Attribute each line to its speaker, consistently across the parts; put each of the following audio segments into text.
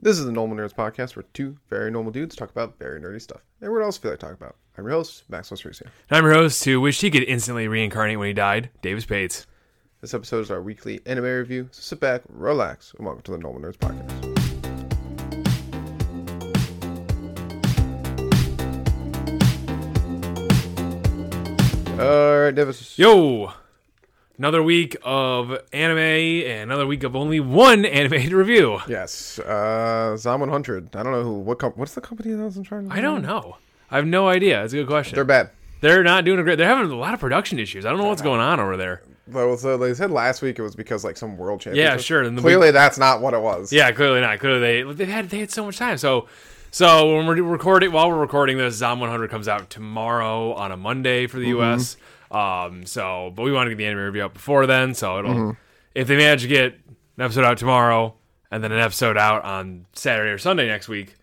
Speaker 1: This is the Normal Nerds podcast where two very normal dudes talk about very nerdy stuff and what else feel like talking about. I'm your host, Maxwell Cerusio.
Speaker 2: And I'm your host who wished he could instantly reincarnate when he died, Davis Pates.
Speaker 1: This episode is our weekly anime review, so sit back, relax, and welcome to the Normal Nerds podcast. All right, Davis.
Speaker 2: Yo! Another week of anime and another week of only one anime to review.
Speaker 1: Yes, uh, Zom 100. I don't know who. What com- What's the company that was in charge?
Speaker 2: I don't know. I have no idea. That's a good question.
Speaker 1: They're
Speaker 2: They're,
Speaker 1: bad.
Speaker 2: not doing a great. They're having a lot of production issues. I don't know what's going on over there.
Speaker 1: But also, like I said last week, it was because like some world championship.
Speaker 2: Yeah, sure, and the
Speaker 1: Clearly, that's not what it was.
Speaker 2: Yeah, clearly not. Clearly they they had they had so much time. So so when we're recording while we're recording this, Zom 100 comes out tomorrow on a Monday for the
Speaker 1: Mm-hmm.
Speaker 2: U.S. Um, so but we want to get the anime review out before then. So it'll
Speaker 1: Mm-hmm.
Speaker 2: if they manage to get an episode out tomorrow and then an episode out on Saturday or Sunday next week,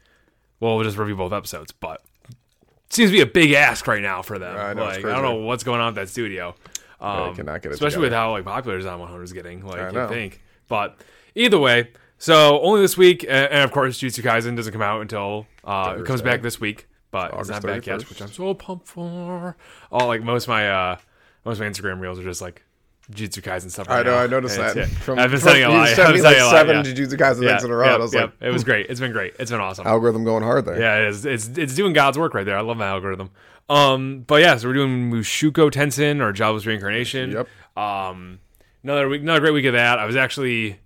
Speaker 2: well, we'll just review both episodes. But it seems to be a big ask right now for them.
Speaker 1: I know, it's
Speaker 2: like I don't
Speaker 1: crazy.
Speaker 2: know what's going on with that studio. Um,
Speaker 1: cannot get it together.
Speaker 2: especially with how like popular Zom 100 is getting. Like
Speaker 1: know.
Speaker 2: you think, but either way, so only this week, a- and of course, Jutsu Kaisen doesn't come out until uh, it comes back this week, but it's not
Speaker 1: August
Speaker 2: back yet,
Speaker 1: 31st.
Speaker 2: which I'm so pumped for. All like most of my uh, most of my Instagram reels are just like Jutsu Kaisen stuff. Right
Speaker 1: I know.
Speaker 2: now,
Speaker 1: I noticed
Speaker 2: and it's-
Speaker 1: that.
Speaker 2: yeah.
Speaker 1: From,
Speaker 2: I've been
Speaker 1: from-
Speaker 2: sending a
Speaker 1: you
Speaker 2: lot. I've
Speaker 1: sent
Speaker 2: been
Speaker 1: me like
Speaker 2: sending a
Speaker 1: seven
Speaker 2: lot. yeah.
Speaker 1: Jujutsu Kaisen
Speaker 2: Yeah,
Speaker 1: things in a row. and I
Speaker 2: yep,
Speaker 1: was
Speaker 2: yep.
Speaker 1: like, hmm.
Speaker 2: it was great. It's been great. It's been awesome.
Speaker 1: algorithm going hard there.
Speaker 2: Yeah, it is. It's it's doing God's work right there. I love my algorithm. Um, but yeah, so we're doing Mushuko Tensei or Jobless Reincarnation.
Speaker 1: Yep.
Speaker 2: Um, another week, another great week of that. I was actually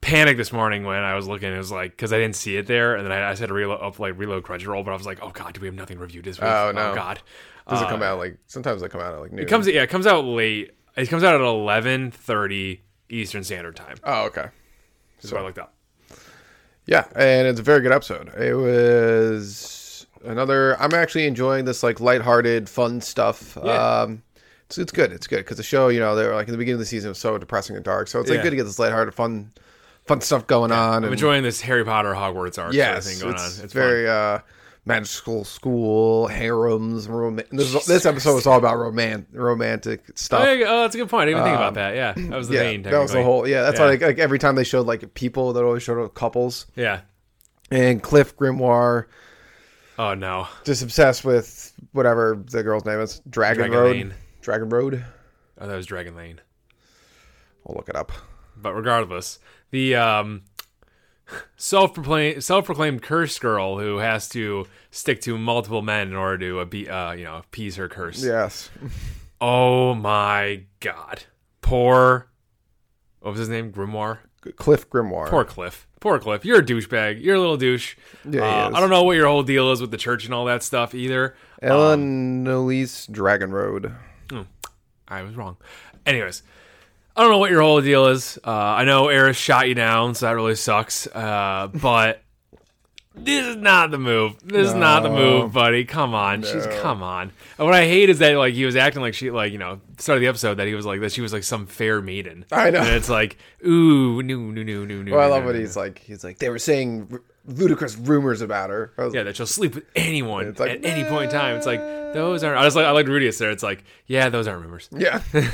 Speaker 2: panicked this morning when I was looking. It was like because I didn't see it there, and then I, I said reload up like reload Crunchyroll, but I was like, oh god, do we have nothing reviewed this week?
Speaker 1: Oh, no.
Speaker 2: god.
Speaker 1: Does it
Speaker 2: Uh,
Speaker 1: come out like sometimes they come out at like noon?
Speaker 2: it comes yeah, it comes out late. It comes out at eleven thirty Eastern Standard Time.
Speaker 1: Oh, okay.
Speaker 2: Is what I looked up.
Speaker 1: Yeah, and it's a very good episode. It was another. I'm actually enjoying this like lighthearted, fun stuff.
Speaker 2: Yeah.
Speaker 1: Um, it's, it's good. It's good because the show, you know, they were like in the beginning of the season it was so depressing and dark. So it's like
Speaker 2: Yeah.
Speaker 1: good to get this lighthearted, fun, fun stuff going on.
Speaker 2: I'm
Speaker 1: and-
Speaker 2: enjoying this Harry Potter Hogwarts art sort of
Speaker 1: yes,
Speaker 2: thing going
Speaker 1: it's,
Speaker 2: on. It's fun.
Speaker 1: very uh, magical school harems. Rom- this, this episode was all about roman- romantic stuff.
Speaker 2: Oh, yeah, oh, that's a good point. I didn't even think about that. Yeah, that was the
Speaker 1: Um, yeah,
Speaker 2: main.
Speaker 1: that was the
Speaker 2: technically.
Speaker 1: whole. Yeah, that's
Speaker 2: Yeah.
Speaker 1: why like, like every time they showed like people, that always showed couples
Speaker 2: Yeah.
Speaker 1: and Cliff Grimoire.
Speaker 2: Oh no.
Speaker 1: just obsessed with whatever the girl's name is. Dragon,
Speaker 2: Dragon
Speaker 1: Road.
Speaker 2: Lane.
Speaker 1: Dragon Road.
Speaker 2: Oh, that was Dragon Lane.
Speaker 1: I'll look it up.
Speaker 2: But regardless, the um, self-proclaimed self-proclaimed curse girl who has to stick to multiple men in order to abe- uh, you know appease her curse.
Speaker 1: Yes.
Speaker 2: Oh my god. Poor. What was his name? Grimoire.
Speaker 1: Cliff Grimoire.
Speaker 2: Poor Cliff. Poor Cliff. You're a douchebag. You're a little douche.
Speaker 1: Uh. Yeah, he
Speaker 2: Uh,
Speaker 1: is.
Speaker 2: I don't know what your whole deal is with the church and all that stuff either.
Speaker 1: Ellen Elise Dragon Road.
Speaker 2: I was wrong. Anyways, I don't know what your whole deal is. Uh, I know Eris shot you down, so that really sucks. Uh, but this is not the move. This is not the move, buddy. Come on, she's come on. And what I hate is that like he was acting like she like you know started the episode that he was like that she was like some fair maiden.
Speaker 1: I know.
Speaker 2: And it's like ooh no no no no no.
Speaker 1: Well, I
Speaker 2: no,
Speaker 1: love
Speaker 2: no,
Speaker 1: what
Speaker 2: no.
Speaker 1: he's like. He's like, they were saying r- ludicrous rumors about her. I was-
Speaker 2: Yeah, that she'll sleep with anyone
Speaker 1: like,
Speaker 2: at any point in time. It's like those aren't. I just like I like Rudius there. It's like yeah, those aren't rumors.
Speaker 1: yeah.
Speaker 2: Like,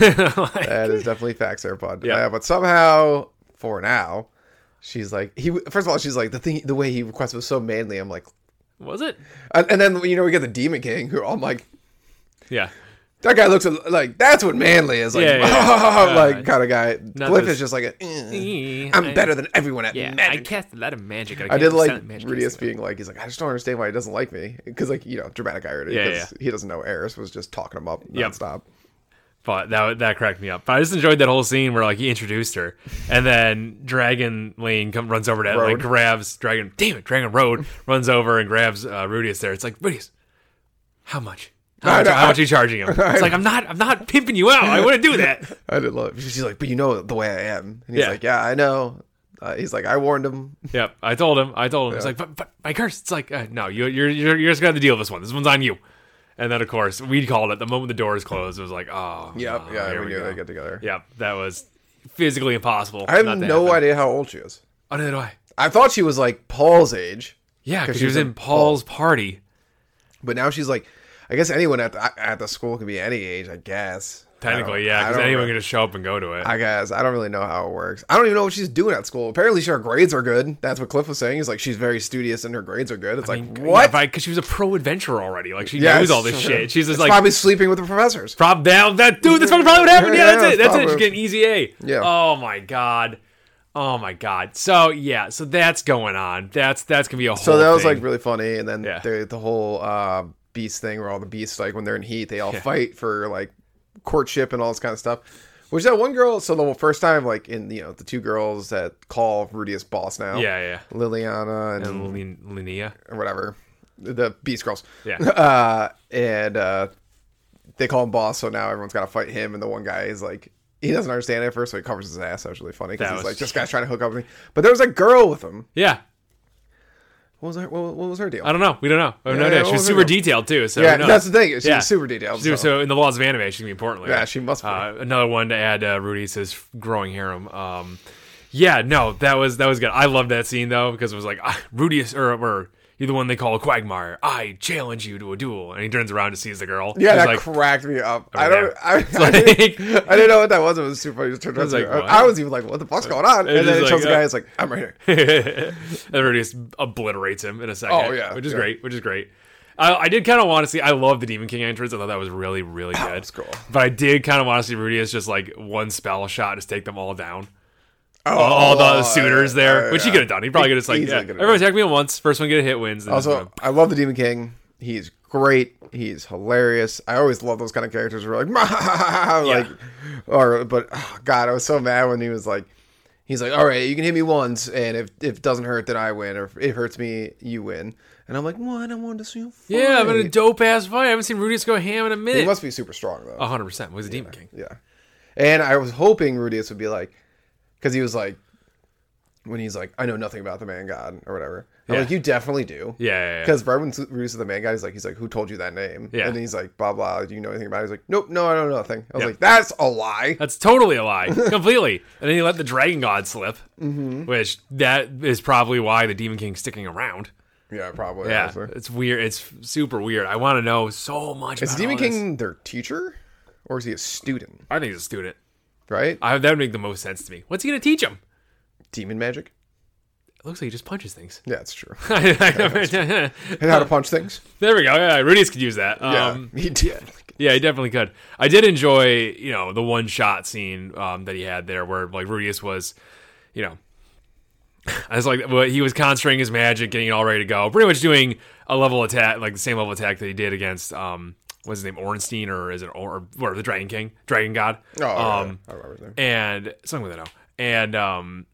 Speaker 1: that is definitely facts there, bud.
Speaker 2: Yeah.
Speaker 1: Uh, but somehow, for now, she's like, he. first of all, she's like, the thing, the way he requested was so manly. I'm like,
Speaker 2: was it?
Speaker 1: and, and then, you know, we get the Demon King, who I'm like,
Speaker 2: Yeah.
Speaker 1: that guy looks a- like that's what manly is like,
Speaker 2: Yeah, yeah, yeah.
Speaker 1: like
Speaker 2: Uh,
Speaker 1: kind of guy. Cliff
Speaker 2: this-
Speaker 1: is just like, a, "Eh,
Speaker 2: I-
Speaker 1: I'm better than everyone at
Speaker 2: Yeah, I
Speaker 1: magic.
Speaker 2: cast a lot of magic.
Speaker 1: I,
Speaker 2: can't
Speaker 1: did like
Speaker 2: sound magic
Speaker 1: Rudius
Speaker 2: casting.
Speaker 1: being like, he's like, I just don't understand why he doesn't like me because like you know dramatic irony.
Speaker 2: Yeah,
Speaker 1: 'cause he doesn't know Eris was just talking him up
Speaker 2: Yep.
Speaker 1: nonstop.
Speaker 2: but that that cracked me up. But I just enjoyed that whole scene where like he introduced her, and then Dragon Lane come, runs over to
Speaker 1: Road.
Speaker 2: like grabs Dragon. Damn it, Dragon Road runs over and grabs uh, Rudius. There, it's like Rudius, how much? How
Speaker 1: I
Speaker 2: much,
Speaker 1: know,
Speaker 2: how
Speaker 1: I-
Speaker 2: much are you charging him? It's like I'm not, I'm not pimping you out. I wouldn't do that.
Speaker 1: I did love. It. She's like, but you know the way I am, and he's
Speaker 2: Yeah.
Speaker 1: like, yeah, I know. Uh, he's like, I warned him.
Speaker 2: Yep, I told him. I told him. It's like, but, but my curse. It's like, uh, no, you, you're you're you're just gonna have to deal with this one. This one's on you. And then of course we called it the moment the doors closed. It was like, oh,
Speaker 1: Yep,
Speaker 2: no,
Speaker 1: yeah,
Speaker 2: here
Speaker 1: we
Speaker 2: we
Speaker 1: knew
Speaker 2: go.
Speaker 1: they get together.
Speaker 2: Yep, that was physically impossible.
Speaker 1: I have no idea how old she is.
Speaker 2: Oh, neither do I.
Speaker 1: I thought she was like Paul's age,
Speaker 2: Yeah,
Speaker 1: 'Cause
Speaker 2: because
Speaker 1: she
Speaker 2: she was
Speaker 1: was
Speaker 2: in Paul's party.
Speaker 1: but now she's like, I guess anyone at the, at the school can be any age. I guess.
Speaker 2: Technically, yeah,
Speaker 1: I
Speaker 2: because
Speaker 1: don't
Speaker 2: anyone
Speaker 1: re-
Speaker 2: can just show up and go to it.
Speaker 1: I guess I don't really know how it works. I don't even know what she's doing at school. Apparently, her grades are good. That's what Cliff was saying. He's like she's very studious and her grades are good. It's like what?
Speaker 2: Because she was a pro adventurer already. Like she
Speaker 1: Yes.
Speaker 2: knows all this shit. She's just
Speaker 1: It's
Speaker 2: like
Speaker 1: probably sleeping with the professors.
Speaker 2: prop down that dude. That's fucking probably what happened. Yeah,
Speaker 1: Yeah,
Speaker 2: that's it.
Speaker 1: that's
Speaker 2: That's it. Just
Speaker 1: probably-
Speaker 2: get an easy A.
Speaker 1: Yeah.
Speaker 2: Oh my god. Oh my god. So yeah. So that's going on. That's that's gonna be a whole.
Speaker 1: So that was
Speaker 2: thing.
Speaker 1: like really funny. And then
Speaker 2: Yeah.
Speaker 1: the, the whole uh, beast thing where all the beasts, like when they're in heat, they all fight for like courtship and all this kind of stuff. Which that one girl, so the first time, like in, you know, the two girls that call Rudius boss now.
Speaker 2: Yeah, yeah.
Speaker 1: Liliana and,
Speaker 2: Lin- Linnea.
Speaker 1: whatever. The beast girls.
Speaker 2: Yeah.
Speaker 1: Uh, and uh, they call him boss. So now everyone's got to fight him. And the one guy is like, he doesn't understand it at first, so he covers his ass. That was really funny because
Speaker 2: That
Speaker 1: he's
Speaker 2: was-
Speaker 1: like, this guy's trying to hook up with me. But there was a girl with him.
Speaker 2: Yeah.
Speaker 1: What was her, what, what was her deal?
Speaker 2: I don't know. We don't know. I have no
Speaker 1: Yeah,
Speaker 2: idea.
Speaker 1: yeah,
Speaker 2: She was
Speaker 1: we'll
Speaker 2: super
Speaker 1: figure
Speaker 2: detailed too. So
Speaker 1: Yeah,
Speaker 2: who knows?
Speaker 1: that's the thing. She's
Speaker 2: Yeah.
Speaker 1: super detailed.
Speaker 2: Dude,
Speaker 1: so-
Speaker 2: so in the laws of anime, she's gonna be important. later.
Speaker 1: Yeah, she must be.
Speaker 2: Uh, another one to add. Uh, Rudy says growing harem. Um, yeah, no, that was that was good. I loved that scene though because it was like ah, Rudy is- or, or you're the one they call Quagmire. I challenge you to a duel, and he turns around and sees the girl.
Speaker 1: yeah,
Speaker 2: He's
Speaker 1: that
Speaker 2: like,
Speaker 1: cracked me up. I don't.
Speaker 2: yeah.
Speaker 1: I, I,
Speaker 2: like-
Speaker 1: didn't, I didn't know what that was. It was super funny. Just turned around.
Speaker 2: was
Speaker 1: and-
Speaker 2: like, what?
Speaker 1: I was even like, "What the fuck's going on?" And
Speaker 2: was
Speaker 1: then it
Speaker 2: like,
Speaker 1: shows the
Speaker 2: uh,
Speaker 1: guy. It's like, "I'm right here."
Speaker 2: and Rudy just obliterates him in a second.
Speaker 1: Oh, yeah,
Speaker 2: which is
Speaker 1: yeah.
Speaker 2: great. Which is great. I, I did kind of want to see. I love the Demon King entrance. I thought that was really, really good.
Speaker 1: was cool.
Speaker 2: But I did kind of want to see Rudy as just like one spell shot, just take them all down.
Speaker 1: Oh,
Speaker 2: all the
Speaker 1: yeah,
Speaker 2: suitors there,
Speaker 1: yeah,
Speaker 2: which he
Speaker 1: yeah.
Speaker 2: could have done. He probably could have just like,
Speaker 1: Easily
Speaker 2: yeah,
Speaker 1: could've
Speaker 2: everyone attack me at once. First one get a hit wins. then just
Speaker 1: Also,
Speaker 2: win.
Speaker 1: I love the Demon King. He's great. He's hilarious. I always love those kind of characters. Who are like, like, or but oh, God, I was so mad when he was like, he's like, all right, you can hit me once, and if, if it doesn't hurt, then I win, or if it hurts me, you win. And I'm like, what? I wanted to see you. Fight.
Speaker 2: yeah, I'm in a dope ass fight. I haven't seen Rudius go ham in a
Speaker 1: He
Speaker 2: minute.
Speaker 1: must be super strong though.
Speaker 2: 100. percent Was a demon king.
Speaker 1: Yeah. And I was hoping Rudius would be like, because he was like, when he's like, I know nothing about the man god or whatever. I'm
Speaker 2: Yeah.
Speaker 1: like, you definitely do.
Speaker 2: Yeah, yeah, yeah.
Speaker 1: Because right when Rudius is the man god, he's like, he's like, who told you that name?
Speaker 2: Yeah.
Speaker 1: And then he's like, blah, blah, do you know anything about it? He's like, nope, no, I don't know nothing. I was
Speaker 2: Yeah.
Speaker 1: like, that's a lie.
Speaker 2: That's totally a lie, completely. And then he let the dragon god slip, mm-hmm. which that is probably why the demon king's sticking around.
Speaker 1: Yeah, probably.
Speaker 2: Yeah,
Speaker 1: honestly.
Speaker 2: it's weird. It's super weird. I want to know so much.
Speaker 1: Is
Speaker 2: about
Speaker 1: Demon
Speaker 2: all this.
Speaker 1: King their teacher? Or is he a student?
Speaker 2: I think he's a student.
Speaker 1: Right?
Speaker 2: I, that would make the most sense to me. What's he gonna teach him?
Speaker 1: Demon magic?
Speaker 2: It looks like he just punches things.
Speaker 1: Yeah, it's true.
Speaker 2: there
Speaker 1: and how to punch things?
Speaker 2: we go. Yeah, Rudius could use that.
Speaker 1: Yeah.
Speaker 2: Um,
Speaker 1: he did.
Speaker 2: Yeah, he definitely could. I did enjoy, you know, the one shot scene um, that he had there, where like Rudius was, you know, I was like, well, he was concentrating his magic, getting it all ready to go, pretty much doing a level attack, like the same level attack that he did against, um, what's his name, Orenstein, or is it or or the Dragon King, Dragon God?
Speaker 1: Oh, yeah,
Speaker 2: um,
Speaker 1: I remember his name.
Speaker 2: and something with an O. And um,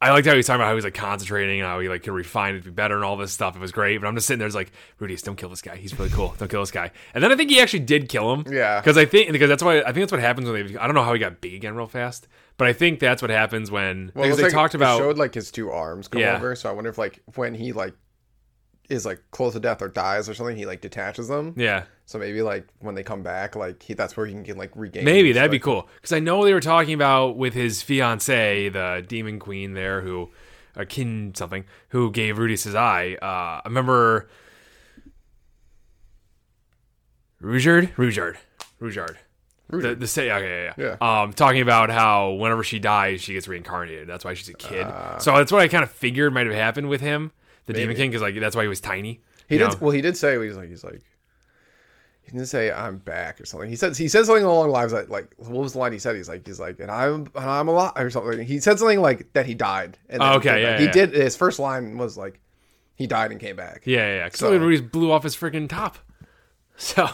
Speaker 2: I liked how he was talking about how he was like concentrating, and how he like could refine it to be better, and all this stuff. It was great. But I'm just sitting there, just like, Rudius, don't kill this guy. He's really cool. Don't kill this guy. And then I think he actually did kill him.
Speaker 1: Yeah.
Speaker 2: Because I think because that's why I think that's what happens when they. I don't know how he got big again real fast, but I think that's what happens when
Speaker 1: Well, it's
Speaker 2: because they
Speaker 1: like
Speaker 2: talked
Speaker 1: it
Speaker 2: about.
Speaker 1: showed like his two arms come
Speaker 2: Yeah.
Speaker 1: over. So I wonder if like when he like is like close to death or dies or something, he like detaches them.
Speaker 2: yeah.
Speaker 1: So maybe like when they come back, like he that's where he can like regain.
Speaker 2: Maybe
Speaker 1: his,
Speaker 2: that'd be
Speaker 1: like-
Speaker 2: cool because I know they were talking about with his fiancee, the demon queen there, who a kin something who gave Rudius his eye. Uh, I remember Rujard, Rujard, Rujard. The, the say, okay, yeah, yeah. Um, talking about how whenever she dies, she gets reincarnated. That's why she's a kid.
Speaker 1: Ah.
Speaker 2: so that's what I kind of figured might have happened with him, the demon king, because like that's why he was tiny.
Speaker 1: He
Speaker 2: you
Speaker 1: did
Speaker 2: know?
Speaker 1: well. He did say he's like he's like he didn't say I'm back or something. He says he says something along the lines like like what was the line he said? He's like he's like and I'm and I'm alive or something. He said something like that he died. And then
Speaker 2: Oh,
Speaker 1: he
Speaker 2: okay,
Speaker 1: came
Speaker 2: yeah,
Speaker 1: back.
Speaker 2: yeah.
Speaker 1: He did his first line was like he died and came back.
Speaker 2: Yeah, yeah. yeah. 'Cause
Speaker 1: So-
Speaker 2: Ruiz blew off his freaking top. So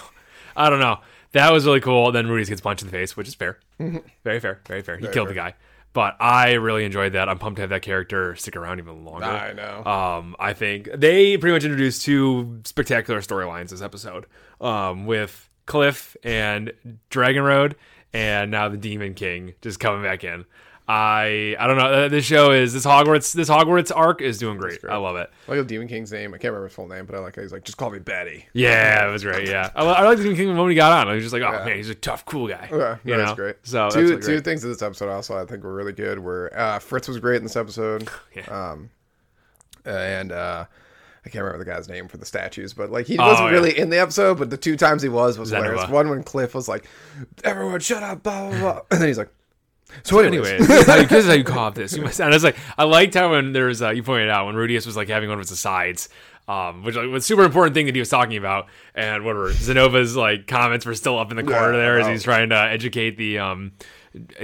Speaker 2: I don't know. That was really cool. Then Ruiz gets punched in the face, which is fair. Very fair. Mm-hmm. Very fair. He killed the guy. But I really enjoyed that. I'm pumped to have that character stick around even longer.
Speaker 1: I know.
Speaker 2: Um, I think they pretty much introduced two spectacular storylines this episode um, with Cliff and Dragon Road, and now the Demon King just coming back in. I I don't know. Uh, This show is this Hogwarts this Hogwarts arc is doing great. I love it.
Speaker 1: I like the Demon King's name. I can't remember his full name, but I like how he's like just call me Betty.
Speaker 2: Yeah, it was great. Yeah, I, I like the King when he got on. I was just like, oh man, he's a tough, cool guy.
Speaker 1: Yeah,
Speaker 2: you
Speaker 1: that's
Speaker 2: know?
Speaker 1: great.
Speaker 2: So that's
Speaker 1: two
Speaker 2: really
Speaker 1: two
Speaker 2: great.
Speaker 1: things in this episode also I think were really good. Were uh, Fritz was great in this episode,
Speaker 2: Yeah.
Speaker 1: um, and uh, I can't remember the guy's name for the statues, but like he
Speaker 2: Oh,
Speaker 1: wasn't
Speaker 2: yeah.
Speaker 1: really in the episode, but the two times he was was
Speaker 2: Zenova.
Speaker 1: hilarious. One when Cliff was like, "Everyone, shut up," blah blah, blah. and then he's like, "So, anyways,
Speaker 2: Anyway, this is how you, this is how you carve this. You must, and I was like, I liked how when there was, uh, you pointed out when Rudius was like having one of his asides, um, which like, was a super important thing that he was talking about, and whatever Zenova's like comments were still up in the corner
Speaker 1: Yeah,
Speaker 2: there as
Speaker 1: oh.
Speaker 2: he's trying to educate the um,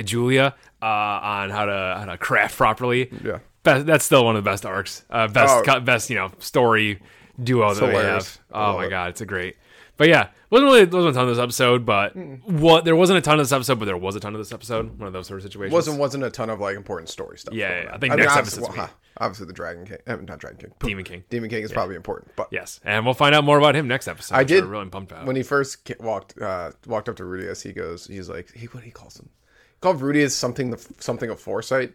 Speaker 2: Julia uh, on how to how to craft properly.
Speaker 1: Yeah.
Speaker 2: Be- that's still one of the best arcs, uh, best
Speaker 1: Oh.
Speaker 2: co- best you know story duo that we
Speaker 1: hilarious.
Speaker 2: have.
Speaker 1: I
Speaker 2: Oh
Speaker 1: love
Speaker 2: my
Speaker 1: it.
Speaker 2: god, it's a great. But yeah, wasn't really wasn't a ton of this episode, but what there wasn't a ton of this episode, but there was a ton of this episode. One of those sort of situations.
Speaker 1: wasn't wasn't a ton of like important story stuff."
Speaker 2: Yeah,
Speaker 1: going
Speaker 2: yeah,
Speaker 1: on.
Speaker 2: I think next
Speaker 1: obviously,
Speaker 2: episode's
Speaker 1: well, huh, obviously the Dragon King, uh, not Dragon King,
Speaker 2: Demon King.
Speaker 1: Demon King is probably important, but
Speaker 2: Yes, and we'll find out more about him next episode.
Speaker 1: I
Speaker 2: which we're
Speaker 1: did
Speaker 2: really pumped out.
Speaker 1: when he first ca- walked uh, walked up to Rudius. He goes, he's like, he what he calls him, he called Rudius something the something of foresight,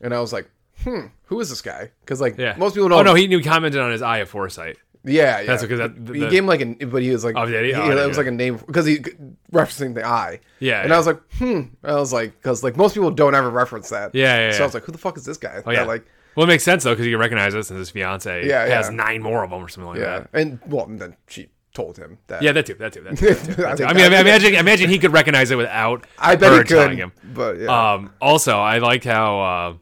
Speaker 1: and I was like, hmm, who is this guy? Because like
Speaker 2: yeah,
Speaker 1: most people don't.
Speaker 2: Oh no, he, he commented on his eye of foresight.
Speaker 1: yeah, yeah.
Speaker 2: That's because that-
Speaker 1: he
Speaker 2: the-
Speaker 1: gave him like an, but he was like,
Speaker 2: Oh, did he?
Speaker 1: he-
Speaker 2: Oh, I
Speaker 1: it
Speaker 2: didn't
Speaker 1: was
Speaker 2: know.
Speaker 1: like a name because he referencing the eye.
Speaker 2: Yeah,
Speaker 1: and
Speaker 2: yeah.
Speaker 1: I was like, hmm. I was like, because like most people don't ever reference that.
Speaker 2: Yeah, yeah,
Speaker 1: So
Speaker 2: yeah.
Speaker 1: I was like, who the fuck is this guy?
Speaker 2: Oh, yeah,
Speaker 1: like
Speaker 2: well, it makes sense though because you can recognize this, and his fiance
Speaker 1: Yeah,
Speaker 2: has
Speaker 1: yeah.
Speaker 2: nine more of them or something like
Speaker 1: yeah,
Speaker 2: that.
Speaker 1: and well, and then she told him that.
Speaker 2: Yeah, that too. That too. That too. That too, that
Speaker 1: I
Speaker 2: too.
Speaker 1: think-
Speaker 2: I mean,
Speaker 1: I
Speaker 2: I mean,
Speaker 1: think-
Speaker 2: imagine, imagine he could recognize it without.
Speaker 1: I bet
Speaker 2: her
Speaker 1: he
Speaker 2: telling
Speaker 1: could.
Speaker 2: him.
Speaker 1: But yeah,
Speaker 2: Um, also, I liked how uh,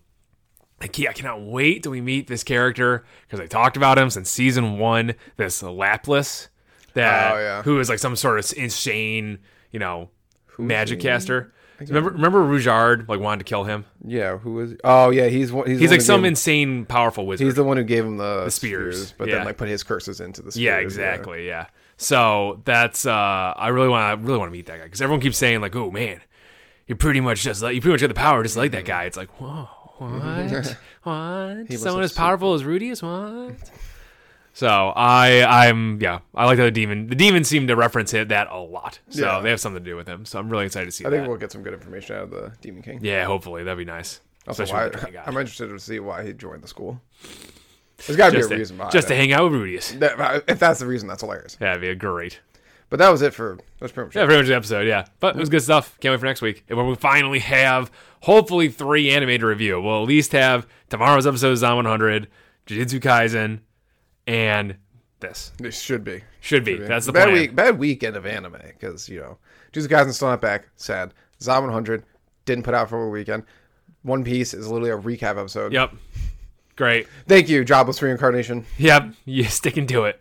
Speaker 2: I ca- I cannot wait till we meet this character because I talked about him since season one. This Laplace, that
Speaker 1: Oh, yeah.
Speaker 2: who is like some sort of insane, you know, magic caster. Remember, remember Rujard like wanted to kill him.
Speaker 1: yeah. Who is? Oh yeah, he's one. He's,
Speaker 2: He's
Speaker 1: the one
Speaker 2: like
Speaker 1: who
Speaker 2: some
Speaker 1: gave-
Speaker 2: insane, powerful wizard.
Speaker 1: He's the one who gave him the,
Speaker 2: spears,
Speaker 1: spears, but
Speaker 2: yeah.
Speaker 1: then like put his curses into the spears.
Speaker 2: yeah, exactly. Yeah. So that's uh, I really want to really want to meet that guy because everyone keeps saying like, oh man, you're pretty much just like you pretty much got the power just like
Speaker 1: Mm-hmm.
Speaker 2: that guy. It's like whoa. What? What? Someone
Speaker 1: like
Speaker 2: as powerful as Rudy is what? So I, I'm, yeah, I like how the demon. The demon seemed to reference it that a lot. So
Speaker 1: Yeah.
Speaker 2: they have something to do with him. So I'm really excited to see
Speaker 1: I
Speaker 2: that.
Speaker 1: think we'll get some good information out of the Demon King.
Speaker 2: yeah, hopefully that'd be nice.
Speaker 1: also,
Speaker 2: Especially
Speaker 1: why,
Speaker 2: with the demon god.
Speaker 1: I'm interested to see why he joined the school. There's got to be a
Speaker 2: just
Speaker 1: reason
Speaker 2: to,
Speaker 1: behind
Speaker 2: just to
Speaker 1: it.
Speaker 2: hang out with Rudius.
Speaker 1: That- uh, if that's the reason, that's hilarious.
Speaker 2: That'd be a great.
Speaker 1: But that was it for that's pretty much
Speaker 2: Yeah,
Speaker 1: it.
Speaker 2: pretty much the episode. Yeah, but it was good stuff. Can't wait for next week, and when we finally have hopefully three anime to review, we'll at least have tomorrow's episode of Zon 100, Jujutsu Kaisen, and this
Speaker 1: It should be.
Speaker 2: should be. That's the
Speaker 1: bad
Speaker 2: plan.
Speaker 1: week. Bad weekend of anime because you know, Jujutsu Kaisen still not back. Sad. Zom 100 didn't put out for a weekend. One Piece is literally a recap episode.
Speaker 2: Yep. Great.
Speaker 1: Thank you, Jobless Reincarnation.
Speaker 2: Yep. You sticking to it.